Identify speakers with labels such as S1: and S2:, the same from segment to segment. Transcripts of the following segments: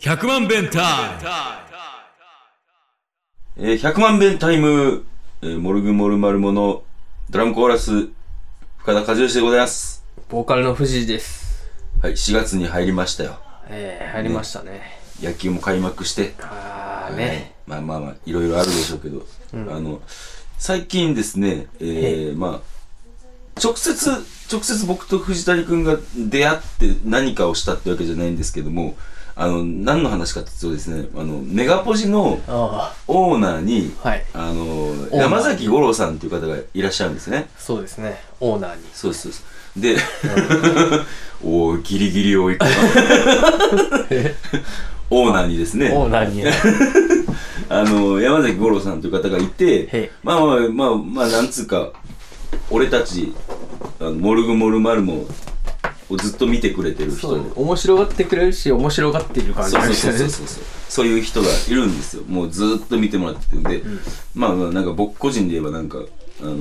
S1: 100万弁タ
S2: えー100万遍タイム、えーモルグモルマルモのドラムコーラス、深田和義でございます。
S3: ボーカルの藤井です。
S2: はい、4月に入りましたよ。
S3: ええ入りましたね。
S2: 野球も開幕して。
S3: あーね。
S2: はいまあまあまあ、いろいろあるでしょうけど、あの、最近ですね、えーまあ、直接、直接僕と藤谷くんが出会って何かをしたってわけじゃないんですけども、あの、何の話かっていうとですね、あの、メガポジの
S3: あ
S2: オーナーに、
S3: あ。はい。
S2: あの、
S3: ーナー
S2: 山崎五郎さんという方がいらっしゃるんですね。
S3: そうですね。オーナーに。
S2: そうです、そうです。で、 おおギリギリをいくな オーナーにですね、
S3: オーナーに。は
S2: あの、山崎五郎さんという方がい
S3: へい
S2: て、まあまあまあ、まあ、なんつうか、俺たち、あのモルグモルマルモをずっと見てくれてる人。
S3: そう、面白がってくれるし、面白がっている感じ
S2: そう
S3: で
S2: そうそう
S3: し
S2: そうそうそういう人がいるんですよもうずーっと見てもらっててで、まあまあなんか僕個人で言えばなんかあの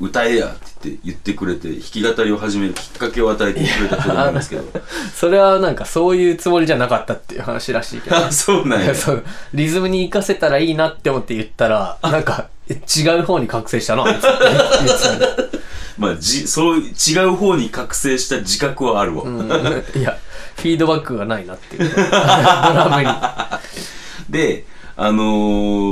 S2: 歌えやって言って言ってくれて弾き語りを始めるきっかけを与えてくれた人なんです けど
S3: たね。それはなんかそういうつもりじゃなかったっていう話らしいけど。
S2: あそうなん
S3: い
S2: や
S3: やそうリズムに活かせたらいいなって思って言ったら、なんか、え違う方に覚醒したな、あいつって言ってたね
S2: まあじそう違う方に覚醒した自覚はあるわ、
S3: うんいや、フィードバックがないなっていう。ドラムに。
S2: であの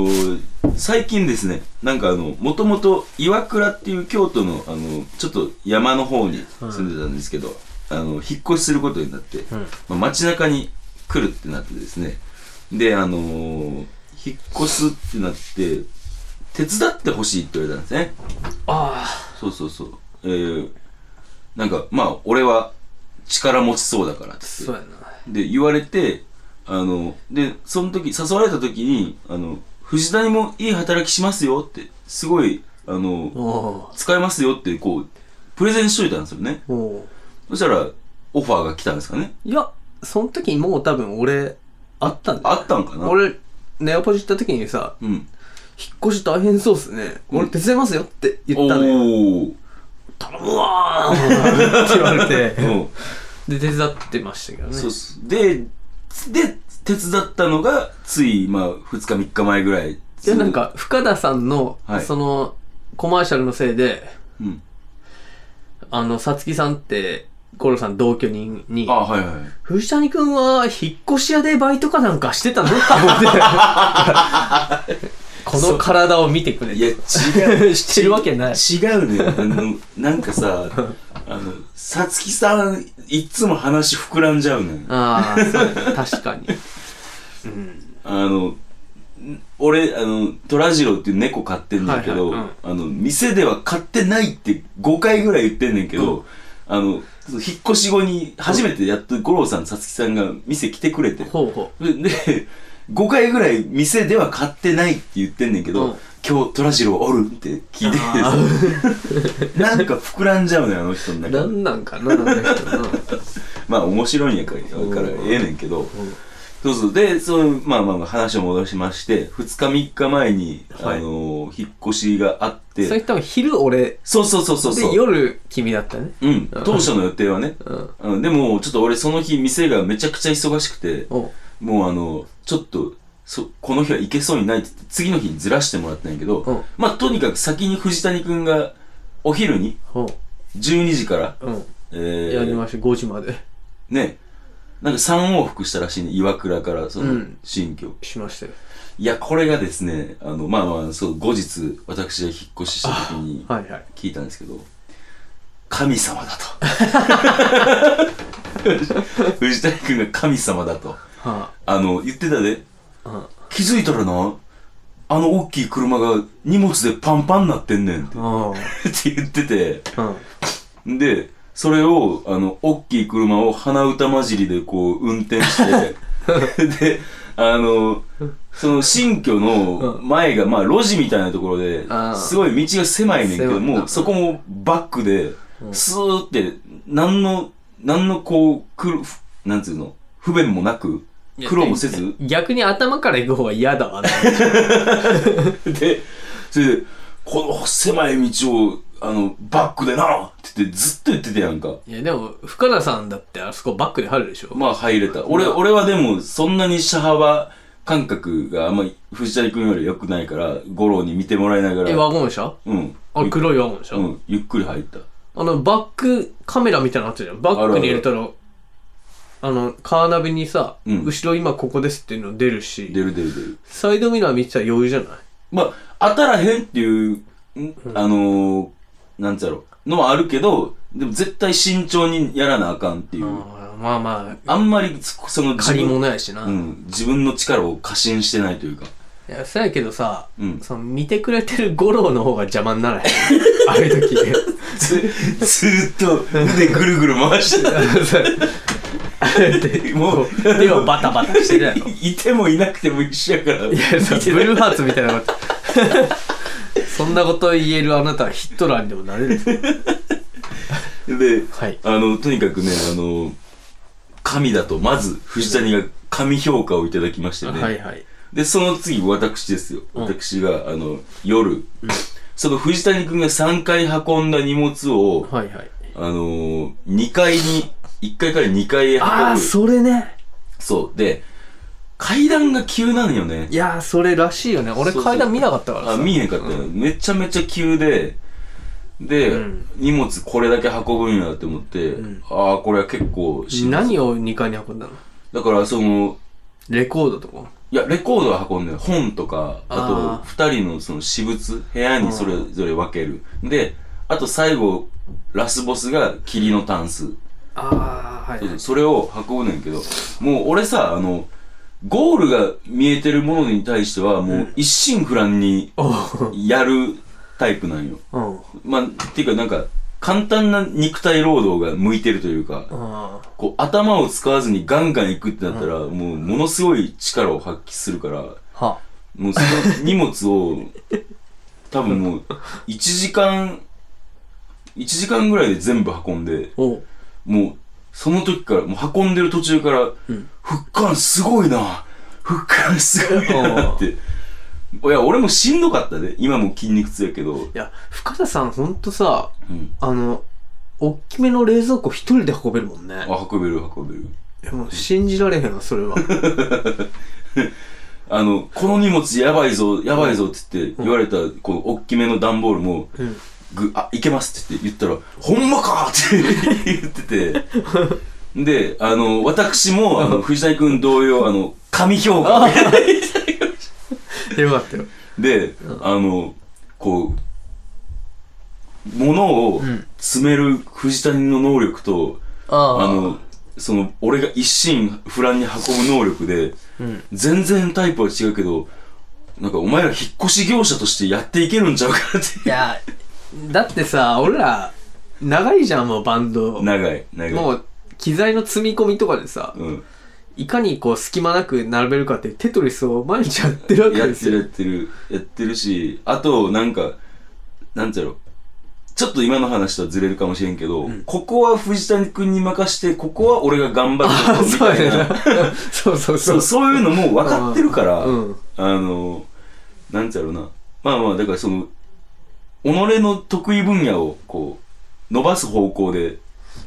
S2: ー最近ですねなんかあのもともと岩倉っていう京都のあのちょっと山の方に住んでたんですけど、あの引っ越しすることになって、まあ、街中に来るってなってですねであのー引っ越すってなって手伝ってほしいって言われたんですね
S3: あ
S2: そうそうそうえー、なんかまあ俺は力持ちそうだからって言
S3: あ、
S2: って
S3: そうやな。
S2: で言われてあのでその時誘われた時にあの藤谷もいい働きしますよってすごいあの
S3: お
S2: 使えますよってこうプレゼンしといたんですよね
S3: ーおー
S2: そしたらオファーが来たんですかね
S3: いや、その時にもう多分俺、あったんだよ
S2: あったんかな
S3: 俺、ネオポジ行った時にさ、
S2: うん
S3: 引っ越し大変そうっすね。俺手伝いますよって言
S2: お
S3: ったのよ。
S2: ー
S3: 頼むわーって言われ て
S2: う、ん
S3: で、手伝ってましたけどね。
S2: そうっすでで手伝ったのがついまあ2日3日前ぐらい
S3: いや、なんか、深田さんの、
S2: はい
S3: その、コマーシャルのせいで、
S2: うん
S3: あの、さつきさんって、コロさん同居人に、
S2: あはいはい
S3: 藤谷くんは引っ越し屋でバイトかなんかしてたのって思って。 この体を見てくれ
S2: いや違
S3: て。
S2: う
S3: 知ってるわけない
S2: 違うねあのなんか さあのさつきさんいつも話膨らんじゃうねん
S3: ああ、そうやね確かに。
S2: あのん俺あのトラジロっていう猫飼ってんだけど、
S3: はいはい
S2: あの店では飼ってないって5回ぐらい言ってんねんけど、あのその引っ越し後に初めてやっと五郎さんさつきさんが店来てくれて
S3: ほうほ
S2: でで5回ぐらい店では買ってないって言ってんねんけど、
S3: うん
S2: 今日トラジロおるって聞いて
S3: あ
S2: て なんか膨らんじゃうのよあの人の
S3: う。
S2: 中
S3: な
S2: で
S3: んなんかな、あの人 な。
S2: まあ面白いんやからからええねんけど、そうそうでそのまあまあまあ話を戻しまして2日3日前に、
S3: はい
S2: あのー引っ越しがあっ
S3: それ
S2: て
S3: 多分昼俺、
S2: そうそうそうそう
S3: で
S2: そう
S3: 夜君だったね。
S2: うん、当初の予定はね、
S3: うん。
S2: うん、でもちょっと俺その日店がめちゃくちゃ忙しくて
S3: おう
S2: もうあの、ちょっと、そ、この日は行けそうにないって言って、次の日にずらしてもらったんやけど、
S3: うん
S2: まあ、とにかく先に藤谷くんが、お昼に、
S3: おう。
S2: 12時から、
S3: うん。
S2: え
S3: やり
S2: ー、
S3: ましょう、5時まで。
S2: ね、なんか3往復したらしいね、岩倉から、そうの
S3: ん、
S2: 新居、
S3: しましたよ。
S2: いや、これがですね、あの、まあまあ、そう、後日、私が引っ越しした時に、
S3: はいはい。
S2: 聞いたんですけど、神様だ と。藤谷くんが神様だと。
S3: は
S2: あの、言ってたで、
S3: あ。うん。
S2: 気づいたらな、あの大きい車が荷物でパンパンになってんね んって
S3: あ
S2: って言ってて、
S3: あ。うん。
S2: で、それを、あの、大きい車を鼻歌混じりでこう運転 して、で、あの、その新居の前が、まあ路地みたいなところで
S3: あー、
S2: すごい道が狭いねんけ
S3: 狭
S2: ど、
S3: いな
S2: もうそこもバックで、スーって、なんの、なんのこう、くる、ふなんつうの、不便もなく、苦労もせず、
S3: 逆に頭から行く方が嫌だわね。
S2: で、それで、この狭い道をあの、バックでなって言ってずっと言ってたやんか。
S3: いや、でも、深田さんだってあそこバックで入るでしょ
S2: まあ入れた。俺、俺はでもそんなに車幅感覚があんまり藤谷君より良くないから、五郎に見てもらいなが
S3: え、
S2: ら。
S3: ワゴン車
S2: うん。
S3: あれ黒いワゴン車、
S2: うん、ゆっくり入った。
S3: あの、バックカメラみたいなのあったじゃん。バックに入れたら、あの、カーナビにさ、
S2: うん
S3: 後ろ今ここですっていうの出るし、
S2: 出る出る出る。
S3: サイドミラー見てたら余裕じゃない
S2: まあ、当たらへんっていう、んあのー、なんつうやろ、のはあるけど、でも絶対慎重にやらなあかんっていう。
S3: あーまあまあ、
S2: あんまりそ、その
S3: 借り
S2: 分、
S3: 物やしな。
S2: う
S3: い
S2: ん、自分の力を過信してないというか。
S3: や、そうやけどさ、
S2: うん
S3: その見てくれてる五郎の方が邪魔にならへ ん。ああいう時。
S2: ず、ずーっと腕ぐるぐる回してた。 もう、
S3: 手をバタバタしてるやろ。
S2: いてもいなくても一緒やから。
S3: いや、そうブルーハーツみたいなこと。 そんなこと言えるあなたはヒットラーにでもなれる。
S2: で、
S3: はい。
S2: あの、とにかくね、あの、神だと、まず、藤谷が神評価をいただきましてね。
S3: はいはい。
S2: で、その次、私ですよ。
S3: うん
S2: 私が、あの、夜、その藤谷くんが3回運んだ荷物を、
S3: はいはい。
S2: あのー、2階に、1階から2階へ運ぶ。
S3: ああ、それね。
S2: そう。で、階段が急なのよね。
S3: いやー、それらしいよね。俺
S2: そうそう
S3: 階段見なかったから
S2: あ、
S3: さ。
S2: 見えへんかったよ、めちゃめちゃ急で、で、
S3: うん
S2: 荷物これだけ運ぶんやって思って、
S3: ん
S2: ああ、これは結構しんどい
S3: 何を2階に運んだの
S2: だから、その、
S3: レコードとか。
S2: いや、レコードは運んでる。本とか、
S3: あ
S2: あと、二人のその私物、部屋にそれぞれ分ける。で、あと最後、ラスボスが霧のタンス。
S3: ああ、はい
S2: そうそうそれを運ぶねんけど、もう俺さ、あの、ゴールが見えてるものに対しては、もう一心不乱に
S3: お
S2: やるタイプなんよ。
S3: うん。
S2: まあ、っていうかなんか、簡単な肉体労働が向いてるというか、
S3: あ
S2: こう頭を使わずにガンガン行くってなったら、もうものすごい力を発揮するから、
S3: あ。は。
S2: もうその荷物 を、多分もう、1時間、1時間ぐらいで全部運んで、
S3: おう。
S2: もう、その時から、もう運んでる途中から、
S3: うん
S2: ふっかんすごいなふっかんすごいなって。いや、俺もしんどかったで。今も筋肉痛やけど。
S3: いや、深田さんほんとさ、
S2: うん。
S3: あの、おっきめの冷蔵庫一人で運べるもんね。
S2: あ、運べる、運べる。
S3: いやもう信じられへんわ、それ は。
S2: あの、この荷物やばいぞ、やばいぞって言って、言われた、こう、大きめの段ボールも、
S3: うん。
S2: ぐ、あ、いけますって言って言ったら、ほんまかって言って て。で、あの、私も、あの、藤谷君同様、あの、神評価。
S3: よかったよ。
S2: で、あの、こう、物を
S3: ん
S2: 詰める藤谷の能力と、
S3: あ
S2: あの、その、俺が一心不乱に運ぶ能力で、
S3: うん。
S2: 全然タイプは違うけど、なんかお前ら引っ越し業者としてやっていけるんちゃうかなって。
S3: いや、だってさ、俺ら、長いじゃん、もうバンド。
S2: 長い、長い。
S3: もう、機材の積み込みとかでさ、
S2: うん。
S3: いかにこう、隙間なく並べるかっていうテトリスを毎日やってるわけ
S2: やっ
S3: で
S2: て
S3: す
S2: る
S3: よ。
S2: やってる、やってるし、あと、なんか、なんていうのちょっと今の話とはずれるかもしれんけど、ここは藤谷君に任して、ここは俺が頑張
S3: あ
S2: る
S3: ー
S2: み
S3: そう
S2: たい
S3: や
S2: な
S3: ね。な。そうそうそ
S2: そうう、。そういうのもう分かってるから、
S3: うん。
S2: あの、なんちゃろうな。まあまあ、だからその、己の得意分野を、こう、伸ばす方向で、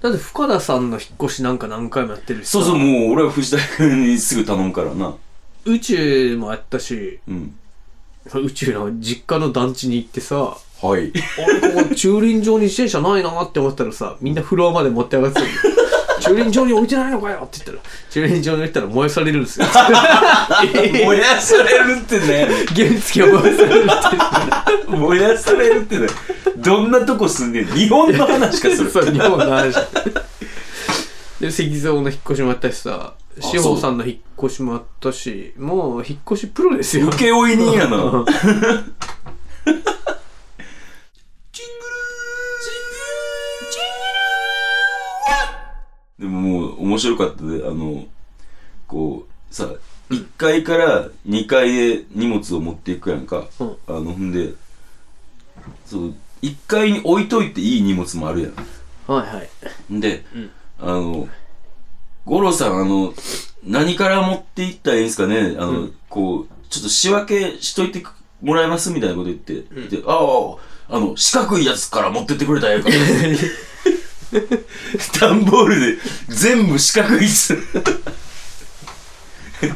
S3: だって深田さんの引っ越しなんか何回もやってるしさ
S2: そうそう、もう俺は藤田君にすぐ頼むからな。
S3: 宇宙もやったし
S2: うん。
S3: 宇宙の実家の団地に行ってさ
S2: はい。
S3: 俺ここ駐輪場に自転車ないなって思ったらさみんなフロアまで持って上がってたの 駐輪場に置いてないのかよって言ったら駐輪場に置いたら燃やされるん ですよ
S2: 燃やされるってね。
S3: 原付を燃やされるって
S2: 燃やされるってね。どんなとこ住んでんの日本の話かす る。
S3: そう日本の話 で石像の引っ越しもあったしさ
S2: そう
S3: 志保さんの引っ越しもあったしもう引っ越しプロですよ
S2: 請負人やな。 でももう面白かったで、あの、こう、さ、1階から2階へ荷物を持っていくやんか。
S3: うん
S2: あの、ほんで、そう、1階に置いといていい荷物もあるやん。
S3: はいはい
S2: で、
S3: うん
S2: あの、五郎さん、あの、何から持って行ったらいいんですかねあの、こう、ちょっと仕分けしといてもらえますみたいなこと言って、で、ああ、あの、四角いやつから持ってってくれたらええから。 段ボールで全部四角いっす。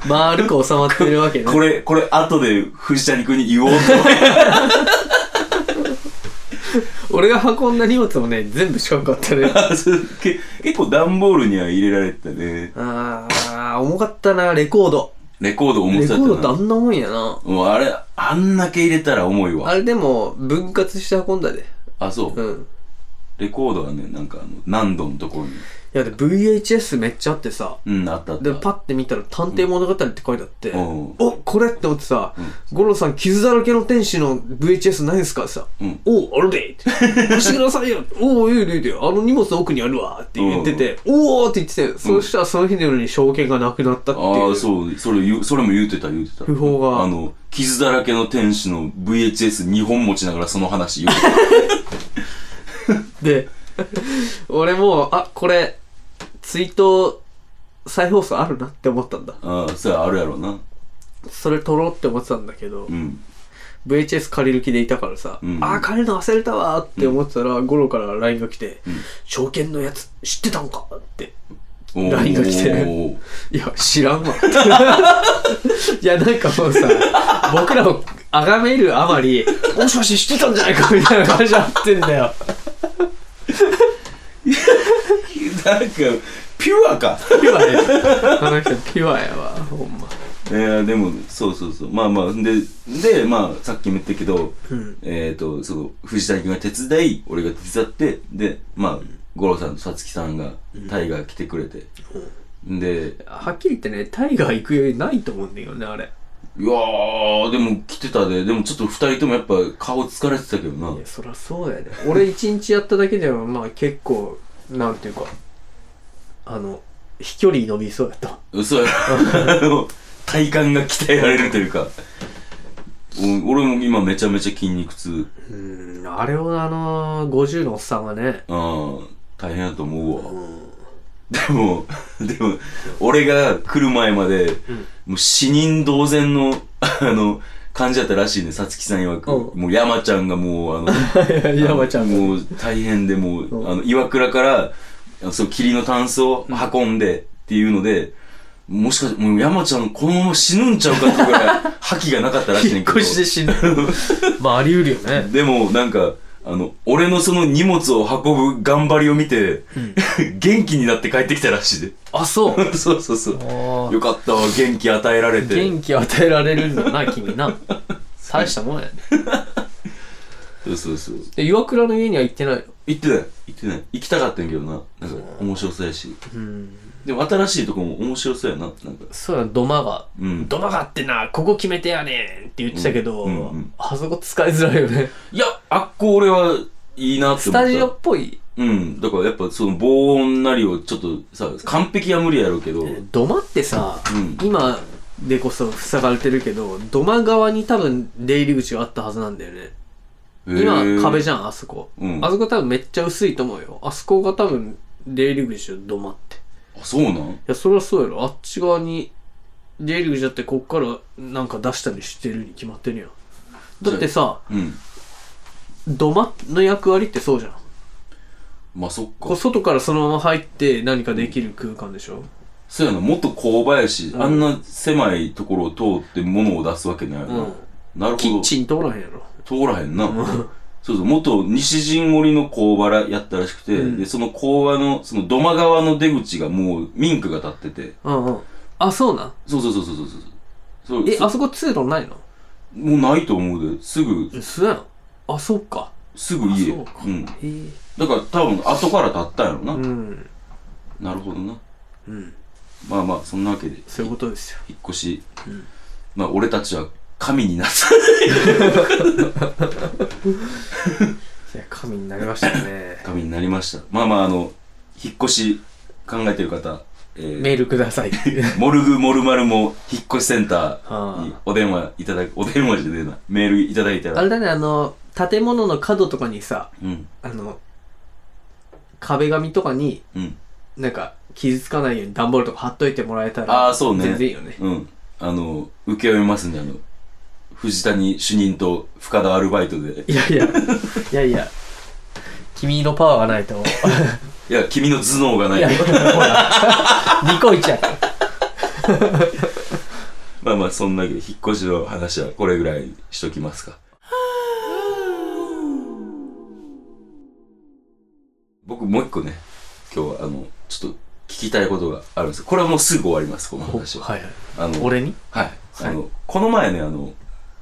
S3: 丸く収まってるわけね。
S2: これ、これ後で藤谷君に言おうと。
S3: 俺が運んだ荷物もね、全部四角かったね。
S2: あそう け結構段ボールには入れられてたね。
S3: あー、重かったな、レコード。
S2: レコード重
S3: レ
S2: さ
S3: コ
S2: だ
S3: ード
S2: っ
S3: って
S2: た
S3: あ
S2: な。
S3: んな重いんやな。
S2: もうあれ、あんだけ入れたら重いわ。
S3: あれでも、分割して運んだで。
S2: あ、そう。
S3: うん。
S2: レコードはね、なんかあの、何度のところに。
S3: いや、で、VHS めっちゃあってさ、
S2: うん、あったあった。
S3: で、パッて見たら、探偵物語って書いてあって、
S2: うん
S3: おこれって思ってさ、五郎さん、傷だらけの天使の VHS ないんすかってさ、
S2: うん
S3: おう、あるでって、貸してくだ さいよおう、いいよいいよ、あの荷物の奥にあるわって言ってて、おーって言ってて、そうしたらその日の夜に証券がなくなったっていう。
S2: ああ、そう、それ言う、それも言うてた、言うてた。
S3: 不法が
S2: あの、傷だらけの天使の VHS2 本持ちながらその話言うて た。
S3: で、 俺もう、あ、これ、ツイート、再放送あるなって思ったんだ。
S2: ああ、それあるやろな。
S3: それ撮ろうって思ってたんだけど、
S2: うん。
S3: VHS 借りる気でいたからさ、
S2: うん
S3: ああ、借りるの忘れたわーって思ってたら、ゴロから LINE が来て、証券のやつ知ってたんかって。
S2: おー
S3: LINE が来て
S2: おー
S3: いや、知らんわ。 いや、なんかもうさ、 僕らを崇めるあまり、もしもし知ってたんじゃないかみたいな感じになってんだよ。
S2: なんか、ピュアか。
S3: ピュアや。あの人ピュアやわ、ほんま。
S2: いや、でも、そうそうそう。まあまあ、で、で、まあ、さっきも言ったけど、
S3: ん
S2: えっ、と、その、藤谷君が手伝い、俺が手伝って、で、まあ、五郎さんとさつきさんが、タイガー来てくれて。で、
S3: はっきり言ってね、タイガー行くよりないと思うんだよね、あれ。
S2: いやー、でも来てたで、でもちょっと二人ともやっぱ顔疲れてたけどない
S3: や、。そらそうやで。俺一日やっただけでも、まあ結構、なんていうか、あの、飛距離伸びそうやった。
S2: 嘘や。 あの体幹が鍛えられるというか。お俺も今めちゃめちゃ筋肉痛。
S3: うーん、あれをあのー、50のおっさんはね、
S2: あー大変だと思うわ。でも、でも、俺が来る前まで、もう死人同然の、あの、感じだったらしいね、さつきさん曰く。
S3: う
S2: もう山ちゃんがもう、あの、
S3: 山ちゃんが。
S2: もう大変でもう、あの岩倉からあのそう霧のタンスを運んでっていうので、もしかしてもう山ちゃんこのまま死ぬんちゃうかってぐらい覇気がなかったらしいね
S3: 引
S2: ん
S3: っ
S2: けど
S3: 越しで死ぬ。 まああり得るよね。
S2: でもなんかあの俺のその荷物を運ぶ頑張りを見て、元気になって帰ってきたらしいで
S3: あ、そう。
S2: そうそうそう
S3: あー
S2: よかったわ元気与えられて
S3: 元気与えられるんだな、君な。大したもんやね。
S2: そうそうそう
S3: で、岩倉の家には行ってないの。
S2: 行ってない行ってない行きたかったんやけどななんか面白そうやし
S3: うん。
S2: でも新しいとこも面白そうやななんか
S3: そうや、土間が。
S2: うん
S3: 土間がってな、ここ決めてやねんって言ってたけど、
S2: うんうんうん
S3: あそこ使いづらいよね。
S2: いや、あっこ俺はいいなって思った。
S3: スタジオっぽい。
S2: うん。だからやっぱその防音なりをちょっとさ、完璧は無理やろうけど、
S3: 土間ってさ、
S2: うん
S3: 今でこそ塞がれてるけど、土間側に多分出入り口があったはずなんだよね。今壁
S2: じ
S3: じゃん、あそこ。
S2: うん
S3: あそこ多分めっちゃ薄いと思うよ。あそこが多分出入り口よ、土間って。い
S2: ゃあ、そうなん
S3: や、そりゃそうやろ。あっち側に出入り口だってこっからなんか出したりしてるに決まってるやん。だってさ、
S2: うん。
S3: 土間の役割ってそうじゃん。
S2: まあそっ
S3: こ
S2: か。
S3: う外からそのまま入って何かできる空間でしょ、
S2: そうやな、もっと勾配やし、
S3: ん
S2: あんな狭いところを通って物を出すわけないよな。
S3: うん
S2: なるほど。
S3: キッチン通らへんやろ。
S2: 通らへんな。そうそう、元西陣織の工場らやったらしくて、
S3: うん
S2: で、その工場の、その土間側の出口がもう民家が立ってて、
S3: うんうん。あ、そうなん。
S2: そうそうそうそうそうそう。そう
S3: え、
S2: そ
S3: あそこ通路ないの
S2: もうないと思うで、すぐ
S3: え、そうやん。あ、そっか。
S2: すぐ家
S3: そうか
S2: ん、だ
S3: へえ。
S2: から多分後から立ったんやろな、
S3: うん。
S2: なるほどな
S3: うん。
S2: まあまあそんなわけで
S3: そういうことですよ。
S2: 引っ越し、まあ俺たちは神になった。
S3: いや、神になりましたね
S2: 神になりましたまあまああの引っ越し考えてる方、えー
S3: メールくださ い。
S2: モルグモルマルも引っ越しセンターに
S3: あ
S2: お電話いただくお電話じゃねえなメールいただいた
S3: あ
S2: ら
S3: れだね、あの、建物の角とかにさ、
S2: うん
S3: あの、壁紙とかに、
S2: うん
S3: なんか、傷つかないように段ボールとか貼っといてもらえたら、
S2: ああそうね
S3: 全然いいよね。
S2: うんあの請け負いますんであの藤谷主任と深田アルバイトで
S3: いやいや、いやいや、君のパワーがないと。
S2: いや君の頭脳がないい
S3: や、ほら、ニコイチやから。
S2: まあまあそんなわけで引っ越しの話はこれぐらいにしときますか僕もう一個ね今日はあのちょっと聞きたいことがあるんですこれはもうすぐ終わりますこの話は
S3: はいはい。
S2: あの
S3: 俺に
S2: はい、あのこの前ねあの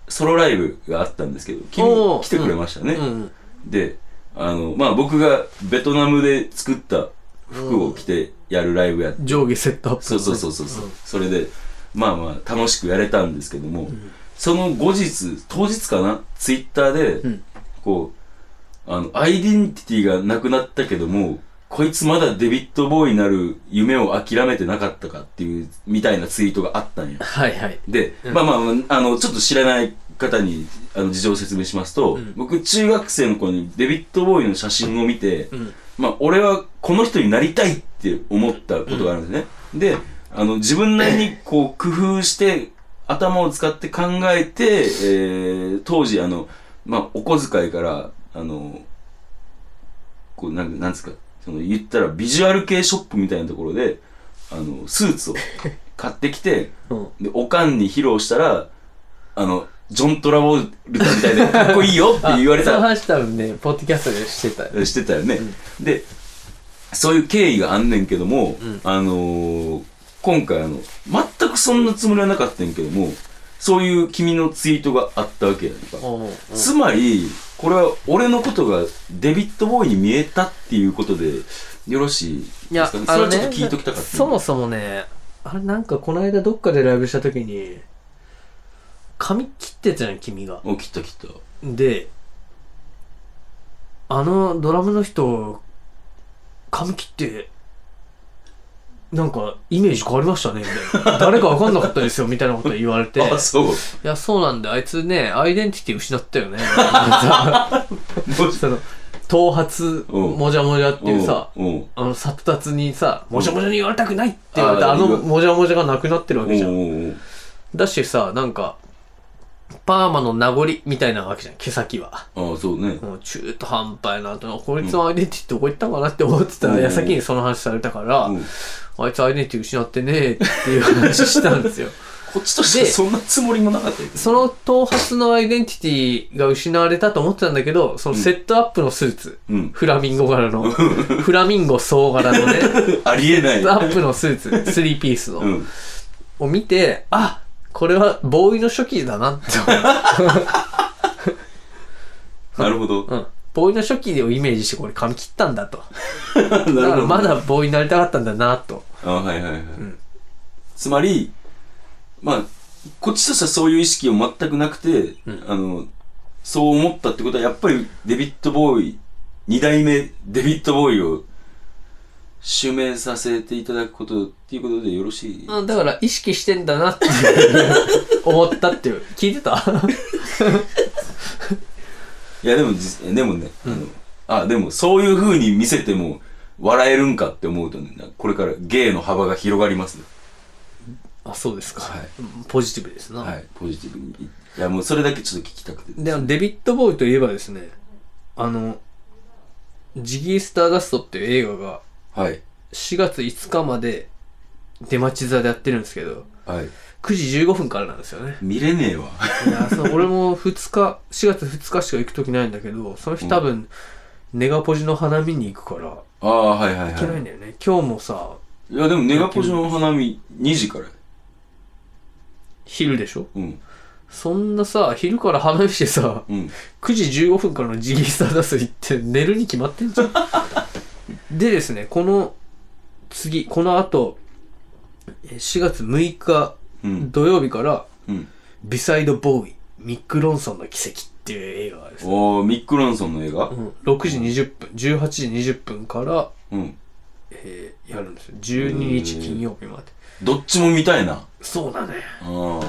S2: ソロライブがあったんですけど君
S3: おー
S2: 来てくれましたね、
S3: うん。
S2: であのまあ僕がベトナムで作った服を着てやるライブやって、
S3: 上下セットアップ。
S2: そうそうそうそうそう、それでまあまあ楽しくやれたんですけども、その後日当日かなツイッターで、
S3: ん
S2: こうあのアイデンティティがなくなったけどもこいつまだデビッドボーイになる夢を諦めてなかったかっていうみたいなツイートがあったんよ
S3: はいはい。
S2: で、
S3: うん
S2: まあまあまあ、あの、ちょっと知らない方に、あの、事情を説明しますと、
S3: うん
S2: 僕、中学生の頃にデビッド・ボーイの写真を見て、
S3: うん。
S2: まあ、俺はこの人になりたいって思ったことがあるんですね。で、あの、自分なりにこう、工夫して、頭を使って考えて、えー、当時、あの、まあ、お小遣いから、あの、こう、なんなんですか、その、言ったらビジュアル系ショップみたいなところで、あの、スーツを買ってき て、
S3: うん。
S2: で、おかんに披露したら、あの、ジョン・トラボルタみたいでかっこいいよって言われ
S3: その
S2: た、
S3: 話多分ね、ポッドキャストでしてたよ。
S2: してたよね。で、そういう経緯があんねんけども、
S3: ん
S2: あのー今回あの、全くそんなつもりはなかったんやけども、そういう君のツイートがあったわけやんか。
S3: おう
S2: つまり、これは俺のことがデビッド・ボーイに見えたっていうことで、よろしい
S3: い
S2: で
S3: や
S2: すかね、。
S3: あ
S2: それ
S3: の
S2: はちょっ
S3: ね
S2: と聞いときたかった。
S3: そもそもね、あれなんかこの間どっかでライブした時に、髪切ってたじゃん、君が。
S2: お、切った切った。
S3: で、あのドラムの人、髪切って、なんかイメージ変わりましたね、みたいな。誰かわかんなかったですよ、みたいなこと言われて。い
S2: あ、そう。も
S3: や、そうなんで、あいつね、アイデンティティ失っ たよね。
S2: う
S3: その、頭髪、
S2: うん
S3: もじゃもじゃっていうさ、
S2: うんうん
S3: あの、殺達にさ、もじゃもじゃに言われたくないって言われた、
S2: あー
S3: あのもじゃもじゃがなくなってるわけじゃん。
S2: おうおうおう
S3: だしさ、なんか、パーマの名残みたいなわけじゃん、毛先は。
S2: ああ、そうね。
S3: もう中途半端な後のこいつのアイデンティティどこ行ったかなって思ってたら矢先にその話されたから、
S2: うん
S3: あいつアイデンティティ失ってねえっていう話したんですよ
S2: こっちとしては
S3: で
S2: そんなつもりもなかったよ。
S3: その頭髪のアイデンティティが失われたと思ってたんだけどそのセットアップのスーツ、
S2: うん。
S3: フラミンゴ柄の フラミンゴ総柄の ねセ
S2: ありえな
S3: ットア
S2: い。
S3: ップのスーツ3ピースの、
S2: うん。
S3: を見てあこれはボーイの初期だなって思う
S2: なるほど。
S3: うんボーイの初期をイメージしてこれ髪切ったんだと。
S2: なるほ
S3: だか
S2: ど
S3: ら。まだボーイになりたかったんだなと。
S2: あはいはいはい。つまり、まあ、こっちとしてはそういう意識を全くなくて、あの、そう思ったってことは、やっぱりデビッド・ボーイ、二代目デビッド・ボーイを襲名させていただくことっていうことでよろしい、
S3: うん、だから意識してんだなって いう思ったっていう。聞いてた
S2: いやでもじ、でもね、あのあ、でもそういう風に見せても笑えるんかって思うとね、なんかこれから芸の幅が広がりますね。
S3: あ、そうですか。
S2: はい
S3: うんポジティブですな。
S2: はい、ポジティブに。いや、もうそれだけちょっと聞きたくて。
S3: で、あのデビッド・ボーイといえばですね、あの、ジギー・スターダストっていう映画が
S2: はい。
S3: 4月5日まで出待ち座でやってるんですけど、
S2: はい。。
S3: 9時15分からなんですよね
S2: 見れねえわ。
S3: いや、そう 俺も2日、4月2日しか行くときないんだけど、その日多分、ネガポジの花見に行くから、
S2: ああ、はいはい
S3: 行けない
S2: は
S3: んだよね。今日もさ、
S2: い。いや、でもネガポジの花見2時から。
S3: 昼でしょ
S2: うん。
S3: そんなさ、昼から花見してさ、
S2: うん。
S3: 9時15分からのジギースターダスト行って寝るに決まってんじゃ ん。でですね、この次、この後、えー4月6日
S2: うん。
S3: 土曜日から、
S2: うん。
S3: ビサイドボーイ、ミック・ロンソンの奇跡っていう映画がですね、
S2: おー、ミック・ロンソンの映画
S3: うん、6時20分、18時20分から、
S2: うん。
S3: えーやるんですよ。12日金曜日まで。
S2: どっちも見たいな。あ
S3: そうだね。
S2: あー。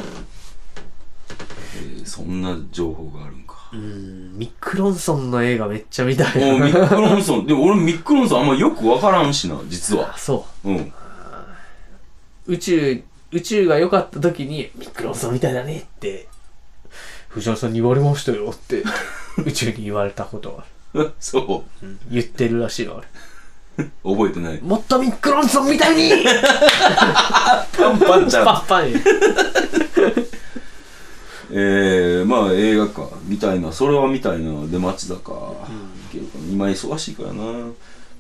S2: えーそんな情報があるんか
S3: う。ん、ミック・ロンソンの映画めっちゃ見た
S2: おー、ミ
S3: い。
S2: ック・ロンソン。でも俺ミック・ロンソンあんまよくわからんしな、実は
S3: あ、。そう。
S2: うん。
S3: 宇宙宇宙が良かった時にミックロンソンみたいだねって藤原さんに言われましたよって 宇宙に言われたことは
S2: そ
S3: 言ってるらしいよあれ
S2: う。覚えてない。
S3: もっとミックロンソンみたいに
S2: パンパンちゃん。
S3: パンパンに
S2: えー、まあ映画かみたいなそれはみたいなで町田か、いけるかな今忙しいからな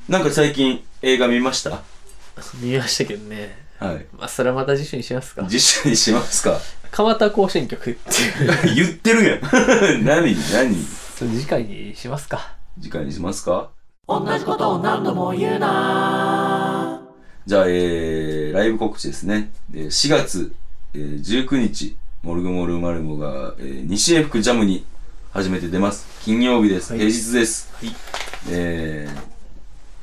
S2: なんか最近映画見ました
S3: 見ましたけどね
S2: はい
S3: まあそれはまた次週にしますか
S2: 実写にします か
S3: 蒲田行進曲っていう
S2: 言ってるやん 何何
S3: それ次回にしますか
S2: 次回にしますか同じことを何度も言うなじゃあえー、ライブ告知ですねで4月、えー、19日モルグモルマルモが、えー、西英福ジャムに初めて出ます金曜日です、
S3: はい
S2: 平日です、
S3: はい
S2: え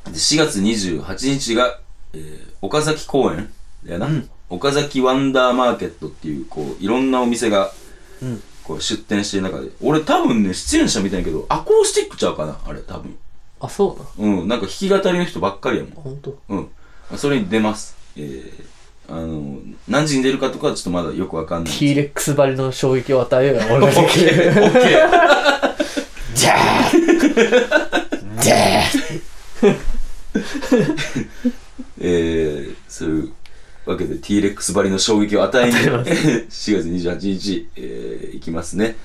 S2: ー、で4月28日が、えー、岡崎公園だよな、
S3: うん
S2: 岡崎ワンダーマーケットっていうこういろんなお店が
S3: うん
S2: こう出店してる中で俺多分ね出演者みたいやけどアコースティックちゃうかなあれ多分
S3: あそうなの
S2: うんなんか弾き語りの人ばっかりやもん
S3: 本当
S2: うんそれに出ますえー、あの何時に出るかとかはちょっとまだよくわかんない
S3: T レックスばりの衝撃を与えようよ俺 だけ
S2: OK
S3: じゃーじゃー
S2: えー、そういうわけで T-Rex ばりの衝撃を与えに
S3: 与え
S2: 4
S3: ます
S2: 月28日、えー、行きますね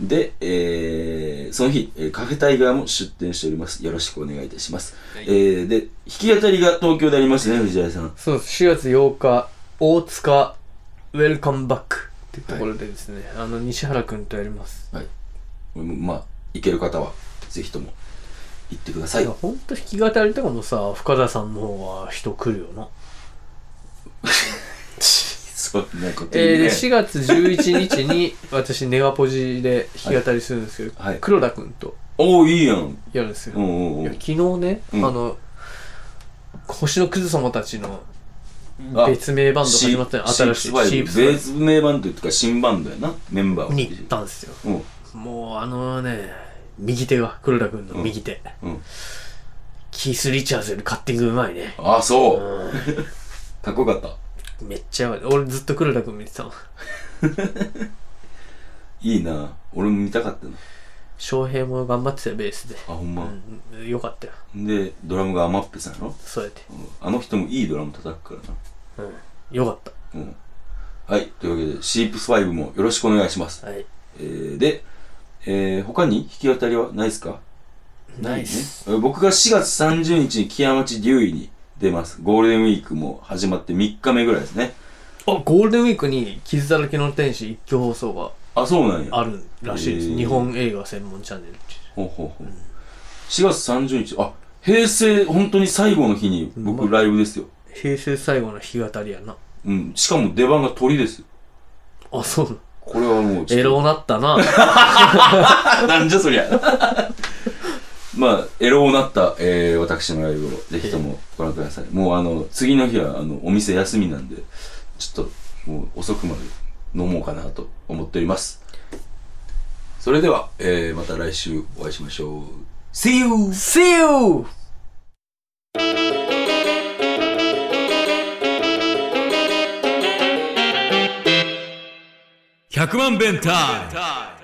S2: で、えー、その日、えーカフェタイガーも出店しておりますよろしくお願いいたします、
S3: はい
S2: えー、で弾き語りが東京でありますね藤井さん
S3: そうです4月8日大塚ウェルカムバックっていうところでですね、あの西原君とやります
S2: まあ、行ける方は、ぜひとも、行ってくださ
S3: い
S2: い
S3: や。ほんと弾き語りとかもさ深田さんの方は人来るよな
S2: そんなこと言
S3: えー、
S2: う
S3: で
S2: ね。
S3: 4月11日に 私ネガポジで弾き語りするんですけど、
S2: はい
S3: 黒田君と
S2: おお、いいやん。
S3: やるんですよ、
S2: うんうん
S3: いうや
S2: ん。
S3: 昨日ね、
S2: うん
S3: あの星のクズ様たちの
S2: あ
S3: 別名バンド始まったの新しい
S2: シープス
S3: シ
S2: シー
S3: ープ
S2: プ
S3: ス
S2: スベース名バンドっていうか、新バンドやな、メンバーは。
S3: に行ったんですよ
S2: うん。
S3: もうあのね右手が黒田君の右手、
S2: うん。
S3: キース・リチャーズよりカッティングうまいね
S2: ああ、そう。
S3: う
S2: かっこよかった。
S3: んめっちゃやばい俺ずっと黒田君見てたもん
S2: いいな。俺も見たかったな。
S3: 翔平も頑張ってたよベースで、
S2: あ、ほんま。
S3: うん、よかったよ
S2: で、ドラムがアマッペさんやろ、
S3: そうやって、
S2: うん、あの人もいいドラム叩くからな。
S3: うん、よかっ
S2: うん。はい。というわけで、シープス5もよろしくお願いします。
S3: たはい
S2: えー、で、えー、他に弾き語りはないですか
S3: ナイス
S2: ね。僕が4月30日に木屋町竜医に出ます。ゴールデンウィークも始まって3日目ぐらいですね。
S3: あゴールデンウィークに「傷だらけの天使」一挙放送が
S2: あ、そうなんや。
S3: あるらしいです、
S2: へー
S3: 日本映画専門チャンネルってい
S2: ほうほうほう。4月30日、あ、平成本当に最後の日に
S3: う
S2: 僕
S3: ん
S2: ライブですよ。
S3: う平成最後の日語りやな
S2: うん。しかも出番が鳥ですよ。
S3: あそうなの
S2: これはもうち
S3: エ
S2: ょっと。
S3: ロなったな
S2: なんじゃそ りゃ。まあ、エロをなった、えー、私のライブをぜひともご覧ください。もうあの、次の日はあの、お店休みなんで、ちょっと、もう遅くまで飲もうかなと思っております。それでは、えー、また来週お会いしましょう。See you!
S3: See you!
S1: !100 万弁タイム